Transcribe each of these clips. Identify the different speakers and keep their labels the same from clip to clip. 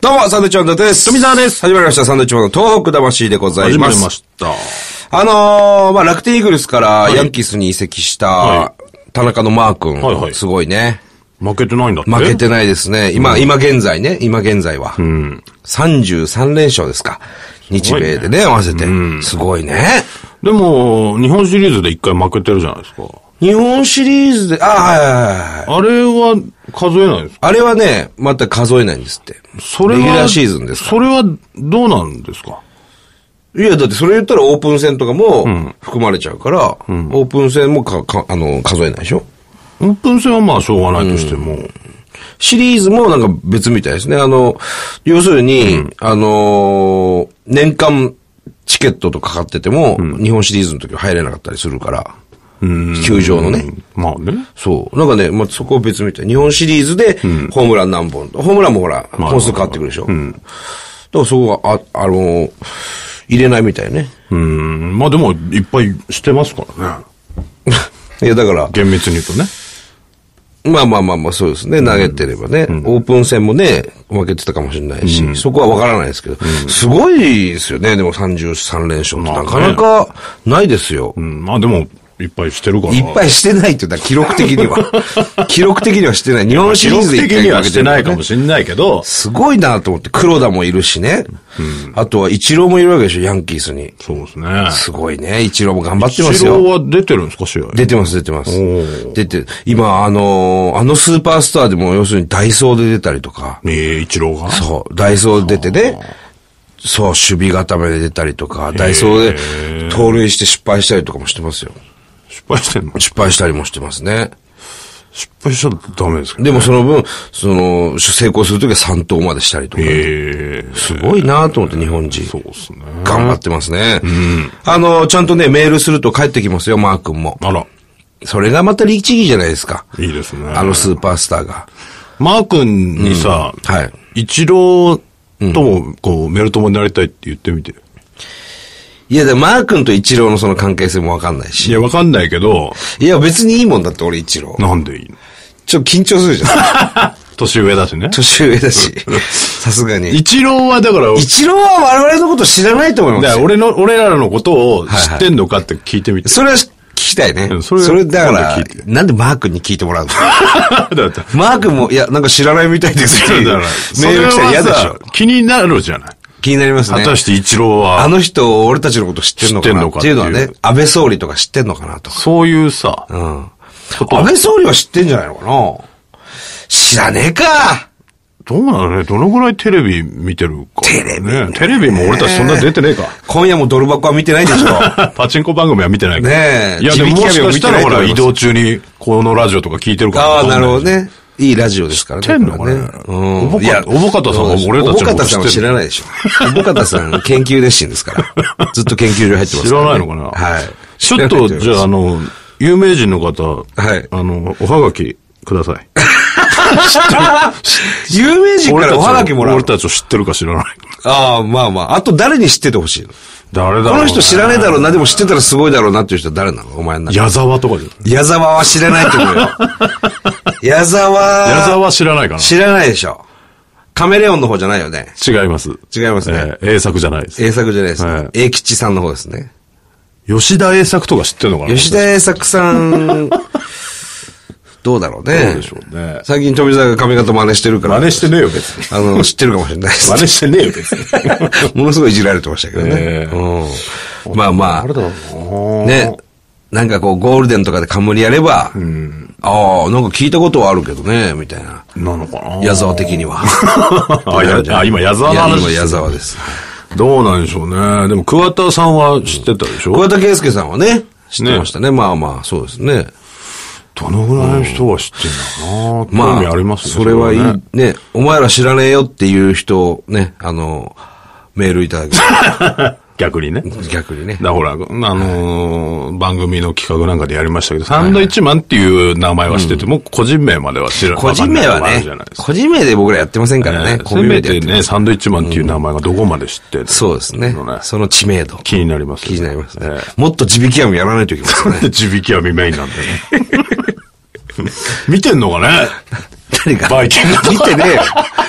Speaker 1: どうも、サンドイッチマン伊達です。
Speaker 2: 富澤です
Speaker 1: 始まりました、サンドイッチマンの東北魂でござい
Speaker 2: 始ま
Speaker 1: ま
Speaker 2: り
Speaker 1: す。
Speaker 2: ました。
Speaker 1: あのー、まあ、楽天イーグルスから
Speaker 2: い
Speaker 1: ヤンキースに移籍した、
Speaker 2: は
Speaker 1: 田中のマー君、
Speaker 2: はいはい
Speaker 1: すごいね。
Speaker 2: 負けてないんだって
Speaker 1: 負けてないですね。今、今現在ね、今現在は。33連勝ですか。日米でね、合わせて。すごいね。
Speaker 2: でも、日本シリーズで一回負けてるじゃないですか。
Speaker 1: 日本シリーズで、ああ、はいはいはいはい。
Speaker 2: あれは数えないんですか
Speaker 1: あれはね、また数えないんですって。
Speaker 2: それは、
Speaker 1: レギュラーシーズンですか
Speaker 2: それはどうなんですか
Speaker 1: いや、だってそれ言ったらオープン戦とかも含まれちゃうから、オープン戦もか、か、あの、数えないでしょ
Speaker 2: オープン戦はまあしょうがないとしても、
Speaker 1: シリーズもなんか別みたいですね。あの、要するに、あのー年間チケットとかかってても、日本シリーズの時は入れなかったりするから、球場のね。
Speaker 2: まあね。
Speaker 1: そう。なんかね、まあ、そこは別みたい。日本シリーズで、ホームラン何本、ホームランもほら、
Speaker 2: まあ
Speaker 1: 本数変わってくるでしょ。だからそこが、あ、あのー入れないみたいね。
Speaker 2: うん。まあでも、いっぱいしてますからね。
Speaker 1: いや、だから、
Speaker 2: 厳密に言うとね。
Speaker 1: まあまあまあまあ、そうですね。投げてればね。オープン戦もね、負けてたかもしれないし、そこはわからないですけど、すごいですよね。でも33連勝って
Speaker 2: ま
Speaker 1: な
Speaker 2: あね
Speaker 1: かなかないですよ。
Speaker 2: うん。まあでも、いっぱいしてるから。
Speaker 1: いっぱいしてないって言ったら記録的に は。記録的にはしてない。日本シ
Speaker 2: 記
Speaker 1: リーズ
Speaker 2: 録
Speaker 1: で一
Speaker 2: 的
Speaker 1: 回
Speaker 2: に
Speaker 1: 負
Speaker 2: は
Speaker 1: け
Speaker 2: してて
Speaker 1: る
Speaker 2: ないかもしれないけど、
Speaker 1: すごいなと思って、黒田もいるしね。あとはイチローもいるわけでしょ、ヤンキースに。
Speaker 2: そうですね。
Speaker 1: すごいね。イチローも頑張ってます
Speaker 2: 治
Speaker 1: よ
Speaker 2: 療。は出てるんですか、試合。
Speaker 1: 出てます、出てます
Speaker 2: お。
Speaker 1: 出て、今、あのーあのスーパースターでも、要するにダイソーで出たりとか。
Speaker 2: えー、一郎が。
Speaker 1: そう、ダイソー出てね、そう、守備固めで出たりとか、ダイソーで盗塁して失敗したりとかもしてますよ。
Speaker 2: 失敗してんの
Speaker 1: 失敗したりもしてますね。
Speaker 2: 失敗しちゃダメですけど。
Speaker 1: でもその分、その、成功するときは3投までしたりとか。
Speaker 2: えー、
Speaker 1: すごいなと思って、日本人。
Speaker 2: そうですね。
Speaker 1: 頑張ってますね。あの、ちゃんとね、メールすると帰ってきますよ、マー君も。
Speaker 2: あら、
Speaker 1: それがまた律儀じゃないですか。
Speaker 2: いいですね。
Speaker 1: あのスーパースターが。
Speaker 2: マー君にさ、
Speaker 1: はい。
Speaker 2: 一郎とも、こう、メルトモになりたいって言ってみて。
Speaker 1: いや、でもマー君とイチローのその関係性もわかんない
Speaker 2: い
Speaker 1: し。
Speaker 2: や、わかんないけど、
Speaker 1: いや、別にいいもんだって、俺、イチロー。
Speaker 2: なんでいいの
Speaker 1: ちょっと緊張するじゃん。
Speaker 2: 年上だし ね。
Speaker 1: 年上だ し、さすがに。
Speaker 2: 一郎はだから、
Speaker 1: 一郎は我々のこと知らないと思いま
Speaker 2: だ
Speaker 1: す
Speaker 2: から
Speaker 1: よ。
Speaker 2: 俺の、俺らのことを知
Speaker 1: はい
Speaker 2: ってんのかって聞いてみて。
Speaker 1: それは聞きたいね
Speaker 2: う。ん
Speaker 1: そ
Speaker 2: そ
Speaker 1: れ
Speaker 2: れ
Speaker 1: だか
Speaker 2: 今
Speaker 1: ら
Speaker 2: 度聞い、て
Speaker 1: なんでマー君に聞いてもらうの
Speaker 2: だって
Speaker 1: マー君も、いや、なんか知らないみたいです っていう
Speaker 2: だから
Speaker 1: メール来たら嫌でし
Speaker 2: それ
Speaker 1: ょ
Speaker 2: は。さ気になるじゃない。
Speaker 1: 気になります
Speaker 2: 果
Speaker 1: ね。
Speaker 2: たして一郎
Speaker 1: あ
Speaker 2: は、
Speaker 1: の人、俺たちのこと知ってんのか
Speaker 2: 知ってん
Speaker 1: な
Speaker 2: の
Speaker 1: っ
Speaker 2: かってて
Speaker 1: い
Speaker 2: いうう
Speaker 1: のはね、安倍総理とか知ってんのかなとか。
Speaker 2: そういうさ、
Speaker 1: うん。
Speaker 2: こと
Speaker 1: 安倍総理は知ってんじゃないのかな知らねえか
Speaker 2: どうなのねどのぐらいテレビ見てるか。
Speaker 1: テレビ
Speaker 2: ねテレビも俺たちそんな出てねえか。
Speaker 1: 今夜もドル箱は見てないでしょ
Speaker 2: パチンコ番組は見てないけど。
Speaker 1: ねえ
Speaker 2: いや、でも
Speaker 1: 地引き
Speaker 2: もし
Speaker 1: 網を
Speaker 2: か
Speaker 1: 見
Speaker 2: してた
Speaker 1: ない
Speaker 2: ら
Speaker 1: と
Speaker 2: ほ
Speaker 1: 思います
Speaker 2: ら、移動中に、このラジオとか聞いてるから。
Speaker 1: ああ、なるほど。ね。いいラジオですからね。
Speaker 2: 知ってんのかね
Speaker 1: うん。
Speaker 2: おぼかおぼかたさんは俺たちのこと
Speaker 1: おぼかたさんは知らないでしょ。おぼかたさん、研究熱心ですから。ずっと研究所入ってます
Speaker 2: 知
Speaker 1: からら
Speaker 2: ない
Speaker 1: ね、
Speaker 2: のかな
Speaker 1: はい。
Speaker 2: ちょっと、じゃあ、
Speaker 1: あ
Speaker 2: あ、の、有名人の方、
Speaker 1: はい
Speaker 2: あの、おはがきくだ さい。
Speaker 1: 有名人からおはがきもらう
Speaker 2: 俺
Speaker 1: の。
Speaker 2: たちを知ってるか知らない。
Speaker 1: ああ、まあまあ。あと誰に知っててほしいのこ
Speaker 2: 誰だろうね
Speaker 1: の人知らねえだろうな、でも知ってたらすごいだろうなっていう人は誰なのお前の中で。
Speaker 2: 矢沢とかじゃない
Speaker 1: 矢沢は知らないと 思うよ。矢沢。
Speaker 2: 矢沢知らないか
Speaker 1: 知らないでしょ。カメレオンの方じゃないよね。
Speaker 2: な違います。
Speaker 1: 違いますね。
Speaker 2: えー、A 作じゃないです。
Speaker 1: A 作じゃないです
Speaker 2: はい
Speaker 1: ね。A 吉さんの方ですね。
Speaker 2: 吉田栄作とか知ってるのかな
Speaker 1: 吉田栄作さん、どうだろうね。
Speaker 2: どうでしょうね
Speaker 1: 最近富澤が髪型真似してるから。
Speaker 2: 真似してねえよ、別に。
Speaker 1: あの、知ってるかもしれないです。
Speaker 2: 真似してねえよ、別に。
Speaker 1: ものすごいいじられてましたけどね
Speaker 2: え。
Speaker 1: うん、まあま あ、
Speaker 2: ろうな
Speaker 1: ね。なんかこう、ゴールデンとかで冠やれば、ああ、なんか聞いたことはあるけどね、みたいな。
Speaker 2: なのかな。
Speaker 1: 矢沢的には
Speaker 2: あやあ今矢沢の
Speaker 1: いや
Speaker 2: 話
Speaker 1: 今矢沢です。
Speaker 2: どうなんでしょうね。でも、桑田さんは知ってたでしょ
Speaker 1: 小田圭介さんはね、知ってましたね。まあまあ、そうですね。
Speaker 2: どのぐらいの人が知ってんだろうな、
Speaker 1: まあ、
Speaker 2: 興味ありますね。
Speaker 1: それはいい
Speaker 2: ね。
Speaker 1: ね。お前ら知らねえよっていう人、ね、あの、メールいただけ
Speaker 2: 逆にね。
Speaker 1: る逆にね。
Speaker 2: だからほら、あのー番組の企画なんかでやりましたけど、サンドイッチマンっていう名前は知ってても、個人名までは知らない。
Speaker 1: 個人名は
Speaker 2: わかんないのがある
Speaker 1: ね
Speaker 2: じゃないで、すか
Speaker 1: 個人名で僕らやってませんからね。
Speaker 2: ね
Speaker 1: コ
Speaker 2: せ
Speaker 1: ンビ
Speaker 2: め
Speaker 1: 名でや
Speaker 2: て
Speaker 1: って
Speaker 2: ね、サンドイッチマンっていう名前がどこまで知ってる
Speaker 1: そうですね
Speaker 2: の。
Speaker 1: その知名度。
Speaker 2: 気になりますよ
Speaker 1: 気
Speaker 2: ね。
Speaker 1: に なりますね
Speaker 2: ええ。
Speaker 1: もっと地引き網やらないといけませんね。
Speaker 2: 地引き網メインなんだよね。見てんのかね
Speaker 1: 誰が。
Speaker 2: バイキング
Speaker 1: 見てねえ よ。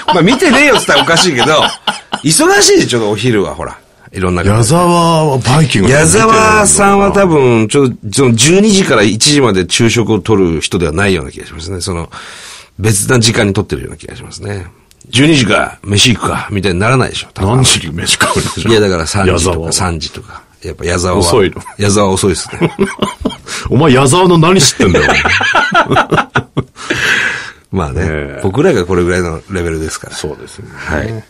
Speaker 1: まあ見てねえよって言ったらおかしいけど、忙しいでちょっとお昼はほら。いろんな。
Speaker 2: 矢沢はバイキング
Speaker 1: 矢沢さんは
Speaker 2: 分。
Speaker 1: 多分、ちょっと、その12時から1時まで昼食を取る人ではないような気がしますね。その、別な時間に取ってるような気がしますね。12時か、飯行くか、みたいにならないでしょ。多分
Speaker 2: 何時に飯食うんでしょ
Speaker 1: いや、だから3
Speaker 2: 矢
Speaker 1: 時と
Speaker 2: 沢
Speaker 1: か
Speaker 2: は
Speaker 1: 3時とか。やっぱ矢沢は。
Speaker 2: 遅いの
Speaker 1: 矢沢は遅いですね。
Speaker 2: お前矢沢の何知ってんだよ。
Speaker 1: まあね、
Speaker 2: ええ
Speaker 1: 僕らがこれぐらいのレベルですから。
Speaker 2: そうですね。
Speaker 1: はい。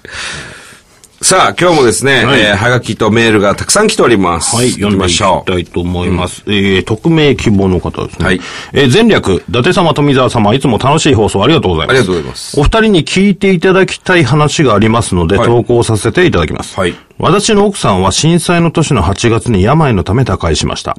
Speaker 1: さあ、今日もですね、
Speaker 2: はい
Speaker 1: えーはがきとメールがたくさん来ております。
Speaker 2: はい、
Speaker 1: 行き
Speaker 2: 読んで
Speaker 1: ま
Speaker 2: い
Speaker 1: し
Speaker 2: き
Speaker 1: ょう。
Speaker 2: たいと思います。えー、匿名希望の方ですね。
Speaker 1: はい
Speaker 2: えー、前略、伊達様、富澤様、いつも楽しい放送ありがとうございます。
Speaker 1: ありがとうございます
Speaker 2: お二人に聞いていただきたい話がありますので、
Speaker 1: はい
Speaker 2: 投稿させていただきます。
Speaker 1: はい
Speaker 2: 私の奥さんは震災の年の8月に病のため他界しました。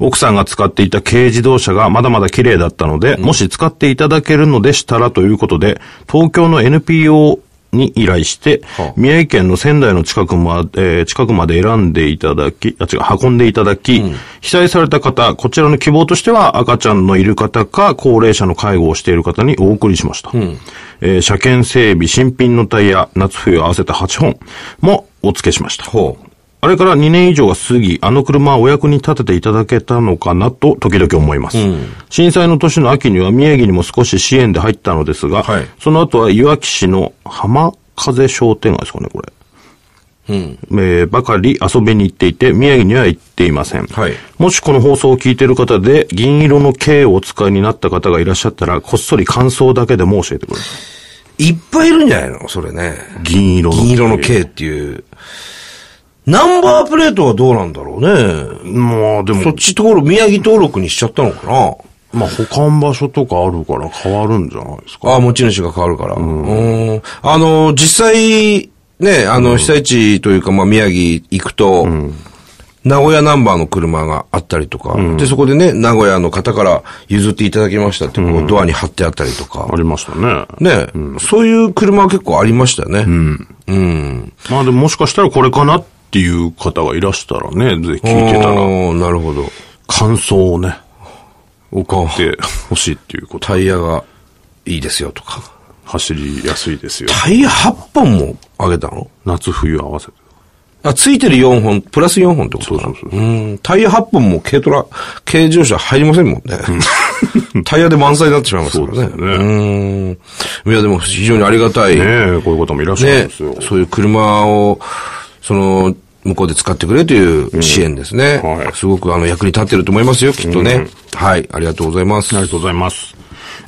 Speaker 2: 奥さんが使っていた軽自動車がまだまだ綺麗だったので、もし使っていただけるのでしたらということで、東京の NPO に依頼して、
Speaker 1: はあ
Speaker 2: 宮城県の仙台の近くまで、えー近くまで選んでいただき、あ、違う、運んでいただき、被災された方、こちらの希望としては赤ちゃんのいる方か、高齢者の介護をしている方にお送りしました。えー車検整備、新品のタイヤ、夏冬合わせて8本もお付けしました。
Speaker 1: ほう。
Speaker 2: あれから2年以上が過ぎ、あの車はお役に立てていただけたのかなと時々思います。震災の年の秋には宮城にも少し支援で入ったのですが、
Speaker 1: はい
Speaker 2: その後は岩木市の浜風商店街ですかね、これ。えーばかり遊びに行っていて、宮城には行っていません。
Speaker 1: はい
Speaker 2: もしこの放送を聞いている方で、銀色の K をお使いになった方がいらっしゃったら、こっそり感想だけでも教えてください。
Speaker 1: いっぱいいるんじゃないのそれね。
Speaker 2: 銀色の
Speaker 1: 銀色の K っていう。ナンバープレートはどうなんだろうね。
Speaker 2: まあで
Speaker 1: そ
Speaker 2: も
Speaker 1: っ、ち登録、宮城登録にしちゃったのかな
Speaker 2: まあ保管場所とかあるから変わるんじゃないですか。
Speaker 1: ああ、持ち主が変わるから。うん。あの、実際、ね、あの、被災地というか、まあ、宮城行くと、名古屋ナンバーの車があったりとか、で、そこでね、名古屋の方から譲っていただきましたって、こうドアに貼ってあったりとか
Speaker 2: あ、りましたね。
Speaker 1: ね、そういう車は結構ありましたよね。うん。
Speaker 2: まあでももしかしたらこれかなっていう方がいらしたらね、ぜ
Speaker 1: 聞
Speaker 2: ひ聞いてたら、
Speaker 1: なるほど。
Speaker 2: 感想をね、
Speaker 1: 送
Speaker 2: で、欲しいっていうこと。
Speaker 1: タイヤがいいですよとか。
Speaker 2: 走りやすいですよ。
Speaker 1: タイヤ8本もあげたの
Speaker 2: 夏冬合わせて。
Speaker 1: あ、ついてる4本、プラス4本ってことかな
Speaker 2: そうそ
Speaker 1: う
Speaker 2: う
Speaker 1: ん。タイヤ8本も軽トラ、軽乗車入りませんもんね。タイヤで満載になってしまいますからね。
Speaker 2: そうですよ
Speaker 1: うん。いや、でも非常にありがたい。
Speaker 2: ねえ、こういう方もいらっしゃるん
Speaker 1: ね
Speaker 2: ですよ。
Speaker 1: そういう車を、その、向こうで使ってくれという支援ですね。
Speaker 2: うんはい
Speaker 1: すごくあの役に立ってると思いますよ、きっとね。はい、ありがとうございます。
Speaker 2: ありがとうございます。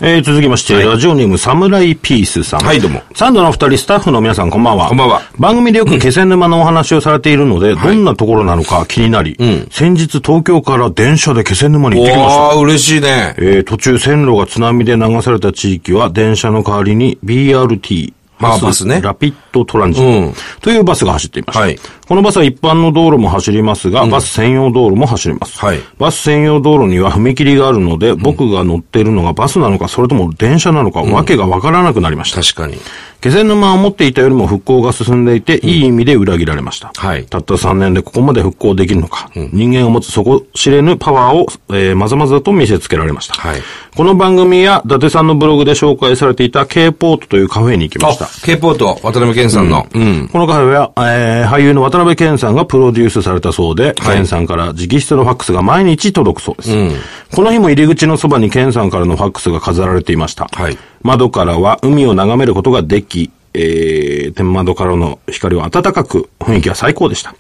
Speaker 2: えー、続きまして、ラジオネーム、サムライピースさん。
Speaker 1: はいどうも。
Speaker 2: サンドのお二人、スタッフの皆さん、こんばんは。
Speaker 1: こんばんは
Speaker 2: 番組でよく気仙沼のお話をされているので、どんなところなのか気になり、先日東京から電車で気仙沼に行ってきました。
Speaker 1: おー、嬉しいね。
Speaker 2: えー途中線路が津波で流された地域は電車の代わりに BRT、
Speaker 1: あバスね
Speaker 2: ラピッドトランジ
Speaker 1: う
Speaker 2: ッ
Speaker 1: ん
Speaker 2: トというバスが走っていました。
Speaker 1: はい
Speaker 2: このバスは一般の道路も走りますが、バス専用道路も走ります。
Speaker 1: はい
Speaker 2: バス専用道路には踏切があるので、僕が乗っているのがバスなのか、それとも電車なのか、わけがわからなくなりました。
Speaker 1: 確かに。
Speaker 2: 気仙沼は思っていたよりも復興が進んでいて、いい意味で裏切られました。
Speaker 1: はい
Speaker 2: たった3年でここまで復興できるのか。人間を持つ底知れぬパワーを、えーまざまざと見せつけられました。
Speaker 1: はい
Speaker 2: この番組や伊達さんのブログで紹介されていた K ポートというカフェに行きました
Speaker 1: あ。、K ポート、渡辺健さんの。うん。
Speaker 2: このカフェは、えー俳優の渡辺謙さんがプロデュースされたそうで、
Speaker 1: はい
Speaker 2: 健さんから直筆のファックスが毎日届くそうです。この日も入り口のそばに健さんからのファックスが飾られていました。
Speaker 1: はい
Speaker 2: 窓からは海を眺めることができ、えー天窓からの光は暖かく、雰囲気は最高でした。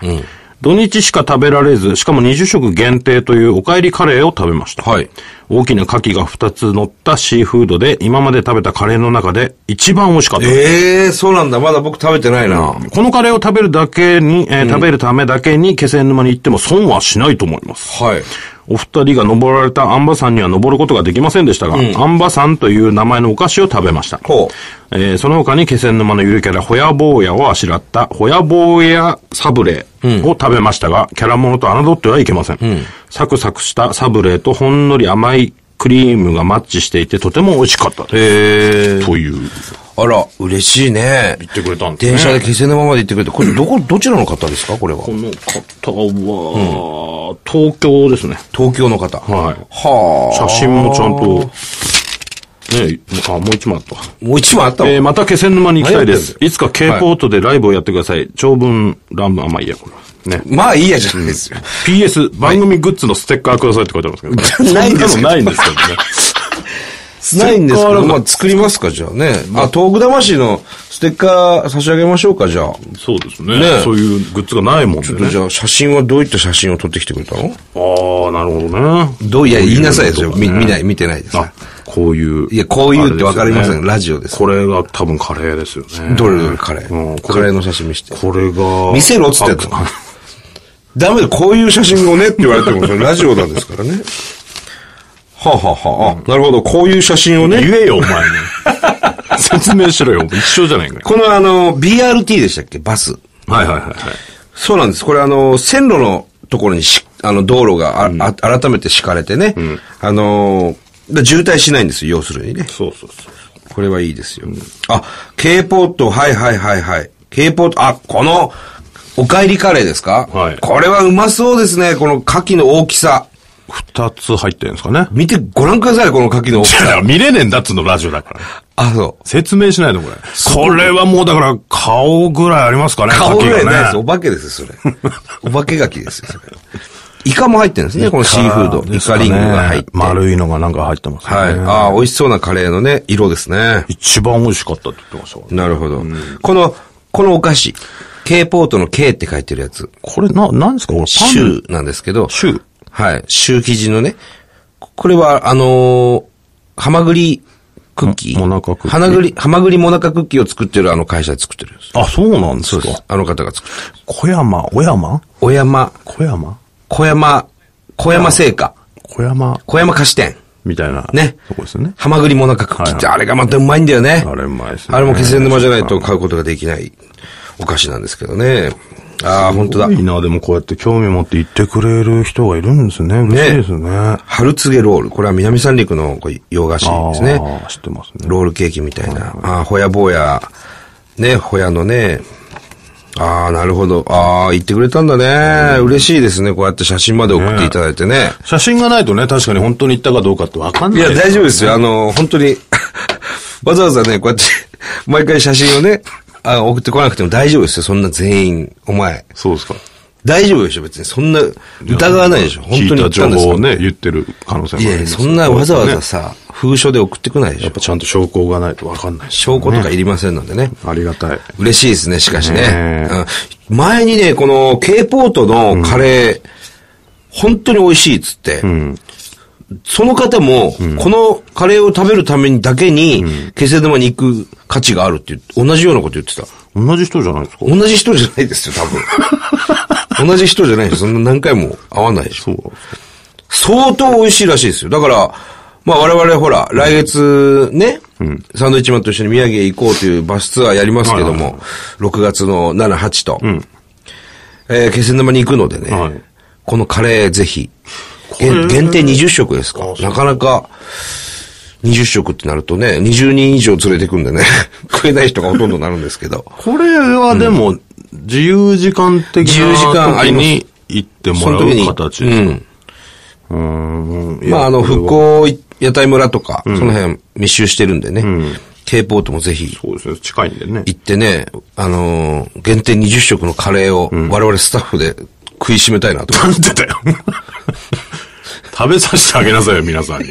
Speaker 2: 土日しか食べられず、しかも20食限定というおかえりカレーを食べました。
Speaker 1: はい
Speaker 2: 大きな牡蠣が2つ乗ったシーフードで、今まで食べたカレーの中で一番美味しかったです
Speaker 1: ええそうなんだ。まだ僕食べてないな。
Speaker 2: このカレーを食べるだけに、えー食べるためだけに気仙沼に行っても損はしないと思います。
Speaker 1: はい。
Speaker 2: お二人が登られた安波山には登ることができませんでしたが、安波山という名前のお菓子を食べました。
Speaker 1: ほ
Speaker 2: えーその他に気仙沼のゆるキャラ、ホヤ坊やをあしらった、ホヤ坊やサブレを食べましたが、キャラものと侮ってはいけません,、サクサクしたサブレとほんのり甘いクリームがマッチしていて、とても美味しかった
Speaker 1: う。
Speaker 2: です。
Speaker 1: ええ
Speaker 2: という。
Speaker 1: あら、嬉しいね。
Speaker 2: 言ってくれたんですね
Speaker 1: 電車で気仙沼まで行ってくれて、これどこ、どちらの方ですかこれは
Speaker 2: こ。の方は、東京ですね。
Speaker 1: 東京の方。
Speaker 2: はい
Speaker 1: はあ。
Speaker 2: 写真もちゃんとねあ、もう一枚あった。
Speaker 1: もう一枚あったわ。
Speaker 2: えーまた気仙沼に行きたいで
Speaker 1: 何や
Speaker 2: す
Speaker 1: っ。てん
Speaker 2: いつか K ポートでライブをやってください。長文乱文、あ、まあいいや、これ。ね。
Speaker 1: まあいいやじゃないですよ。
Speaker 2: PS、番組グッズのステッカーくださいって書いてありますけど。
Speaker 1: ないん です
Speaker 2: そ
Speaker 1: け
Speaker 2: な
Speaker 1: ど
Speaker 2: いんですけどね。
Speaker 1: ないんですけ
Speaker 2: ステッカ
Speaker 1: ど、
Speaker 2: ーなんか
Speaker 1: まあ作りますか、じゃあね。あ、東北魂のステッカー差し上げましょうか、じゃあ。
Speaker 2: そうですね
Speaker 1: ね
Speaker 2: そういうグッズがないもんね。
Speaker 1: ちょっとじゃあ写真はどういった写真を撮ってきてくれたの
Speaker 2: ああ、なるほどね。
Speaker 1: どういや、言いなさいですよ。
Speaker 2: こういう
Speaker 1: み
Speaker 2: のとかね
Speaker 1: 見ない、見てないです。
Speaker 2: あ、こういう。
Speaker 1: いやこういうってわかりません
Speaker 2: あれでよ
Speaker 1: ラジオです
Speaker 2: これが多分カレーですよね。
Speaker 1: どれどれカレ
Speaker 2: うん
Speaker 1: ー。カレーの写真見して。
Speaker 2: これが。
Speaker 1: 見せろっつってんの
Speaker 2: あ
Speaker 1: ダメだ、こういう写真をねって言われても、それラジオなんですからね。はあ、はあはあ、あなるほど、こういう写真をね。
Speaker 2: 言えよ、お前に。 説明しろよ。一緒じゃないかよ。
Speaker 1: このあの、BRT でしたっけバス。
Speaker 2: はいはいはいはい。
Speaker 1: そうなんです。これあの、線路のところにし、あの、道路があ、あ改めて敷かれてね。あの、だ渋滞しないんですよ、要するにね。
Speaker 2: そうそうそう。
Speaker 1: これはいいですよ。あ、K ポート、はいはいはいはい。K ポート、あ、この、おかえりカレーですか
Speaker 2: はい
Speaker 1: これはうまそうですね、この牡蠣の大きさ。
Speaker 2: 二つ入ってるんですかね。
Speaker 1: 見て、ご覧ください、この牡蠣の大き
Speaker 2: だか
Speaker 1: さ。
Speaker 2: ら 見れねえんだっつうの、ラジオだから。
Speaker 1: あ、そう。
Speaker 2: 説明しないの、これ。これはもうだから、顔ぐらいありますかね、
Speaker 1: 顔ぐらいないです。
Speaker 2: 牡蠣が
Speaker 1: お化けですよ、 それ。お化け牡蠣ですよ、それ。イカも入ってるんですね、このシーフード。イカリングが入って。
Speaker 2: 丸いのがなんか入ってますね。
Speaker 1: はい。ああ、美味しそうなカレーのね、色ですね。
Speaker 2: 一番美味しかったって言ってましたからね
Speaker 1: なるほど。この、このお菓子。K ポートの K って書いてるやつ。
Speaker 2: これ、な、なんですかこれ、パン。
Speaker 1: シューなんですけど。
Speaker 2: シュー
Speaker 1: はい。シュー生地のね。ここれは、あのー、はまぐりクッキー。
Speaker 2: ももなかクッキー
Speaker 1: はなぐり、はまぐりもなかクッキーを作ってるあの会社で作ってるんです。
Speaker 2: あ、そうなんですか。
Speaker 1: あの方が作ってる。
Speaker 2: 小山、小山
Speaker 1: 小山、
Speaker 2: 小山
Speaker 1: 小山、小山製菓。
Speaker 2: 小山、
Speaker 1: 小山菓子店。
Speaker 2: みたいな。
Speaker 1: ね
Speaker 2: とこですよね。
Speaker 1: はまぐりもなかクッキーって、
Speaker 2: は
Speaker 1: あれがまたうまいんだよね。
Speaker 2: あれうまいですね
Speaker 1: あれも気仙沼じゃないと買うことができないお菓子なんですけどね。ああ、本当だ
Speaker 2: い。いな、でもこうやって興味持って言ってくれる人がいるんですね。嬉しいですね。
Speaker 1: 春告ロール。これは南三陸のこう洋菓子ですね。
Speaker 2: ああ、知ってますね。
Speaker 1: ロールケーキみたいな。ああ、ほやぼうや。ね、ほやのね。ああ、なるほど。ああ、言ってくれたんだね。嬉しいですね。こうやって写真まで送っていただいてね。
Speaker 2: 写真がないとね、確かに本当に行ったかどうかってわかん
Speaker 1: い
Speaker 2: ない。
Speaker 1: や、大丈夫ですよ。あの、本当に、 わざわざね、こうやって、毎回写真をね、あ送ってこなくても大丈夫ですよ。そんな全員、お前。
Speaker 2: そうですか。
Speaker 1: 大丈夫でしょ、別に。そんな、疑わないでしょ。本当に言
Speaker 2: 聞
Speaker 1: っ
Speaker 2: いた情
Speaker 1: たんです
Speaker 2: 報
Speaker 1: か
Speaker 2: をね、言ってる可能性もあ
Speaker 1: い
Speaker 2: り
Speaker 1: やい
Speaker 2: ま
Speaker 1: や、
Speaker 2: す
Speaker 1: そんなわざわざ
Speaker 2: ね
Speaker 1: さ、封書で送ってこないでし
Speaker 2: や
Speaker 1: ょ
Speaker 2: っ。ぱちゃんと証拠がないとわかんないし。
Speaker 1: 証拠とかいりませんのでね。
Speaker 2: ありがたい。
Speaker 1: 嬉しいですね、しかし
Speaker 2: ね
Speaker 1: ね
Speaker 2: え。
Speaker 1: うん前にね、この K ポートのカレー、本当に美味しいっつって、その方も、このカレーを食べるためにだけに、気仙沼に行く価値があるっていう、同じようなこと言ってた。
Speaker 2: 同じ人じゃないですか
Speaker 1: 同じ人じゃないですよ、多分。同じ人じゃないですよ。そんな何回も会わないでしょ。
Speaker 2: そう。
Speaker 1: 相当美味しいらしいですよ。だから、まあ我々ほら、来月ね、サンドイッチマンと一緒に宮城へ行こうというバスツアーやりますけど
Speaker 2: はいはい
Speaker 1: も、6月の7、8と、えー気仙沼に行くのでね、
Speaker 2: はい
Speaker 1: このカレーぜひ、
Speaker 2: れ
Speaker 1: 限限定20食ですかなかなか、20食ってなるとね、20人以上連れてくんでね、 食えない人がほとんどになるんですけど、
Speaker 2: これはでも、自由時間的な
Speaker 1: 自由時間あ
Speaker 2: 時
Speaker 1: ります
Speaker 2: に行っても
Speaker 1: そ
Speaker 2: ら
Speaker 1: の時
Speaker 2: う
Speaker 1: に、
Speaker 2: 形
Speaker 1: う
Speaker 2: ですか
Speaker 1: ん、
Speaker 2: うーん。
Speaker 1: まあ、あの、
Speaker 2: これは
Speaker 1: 復興屋台村とか、その辺密集してるんでね、K ポートもぜひ
Speaker 2: そうですね、近いんでね。
Speaker 1: 行ってね、あのー限定20食のカレーを我々スタッフで食いしめたいなと思います。
Speaker 2: なんでだよ。食べさせてあげなさいよ、皆さんに。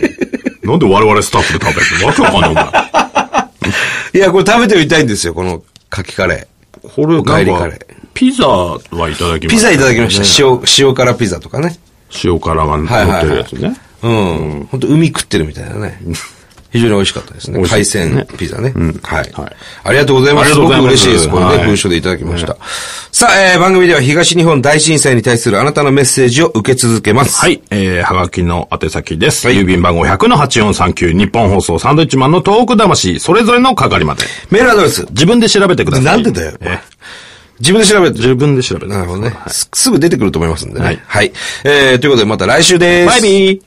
Speaker 2: なんで我々スタッフで食べるのわけわかんな
Speaker 1: い
Speaker 2: い、
Speaker 1: や、これ食べてみたいんですよ、このカキカレー。
Speaker 2: お前。
Speaker 1: お
Speaker 2: これ、
Speaker 1: 帰り
Speaker 2: な
Speaker 1: カ
Speaker 2: ん
Speaker 1: レ
Speaker 2: か
Speaker 1: ー。、
Speaker 2: ピザはいただきました、
Speaker 1: ピザいただきました。塩、塩辛ピザとかね。
Speaker 2: 塩辛が乗ってるやつね。
Speaker 1: うん。本当海食ってるみたいな ね。非常に美味しかったですね。
Speaker 2: 美味しい
Speaker 1: 海
Speaker 2: ですね
Speaker 1: 鮮ピザね。はい
Speaker 2: はい。
Speaker 1: ありがとうございます。す
Speaker 2: ありがとう
Speaker 1: ご
Speaker 2: ご
Speaker 1: く
Speaker 2: ざいます
Speaker 1: 嬉しいです。これ
Speaker 2: は
Speaker 1: ね、
Speaker 2: い
Speaker 1: 文書でいただきました。さあ、えー番組では東日本大震災に対するあなたのメッセージを受け続けます。
Speaker 2: はい、えー、はがきの宛先です。郵便番号100-8439、日本放送サンドイッチマンのトーク魂、それぞれの係まで。
Speaker 1: メールアドレス。
Speaker 2: 自分で調べてください。
Speaker 1: なんでだよ
Speaker 2: えー
Speaker 1: 自分で調べて。
Speaker 2: 自分で調べてくだ
Speaker 1: な
Speaker 2: さい
Speaker 1: るほどね、す。すぐ出てくると思いますんでね。
Speaker 2: は
Speaker 1: はいい。えー、ということでまた来週です。
Speaker 2: バイビー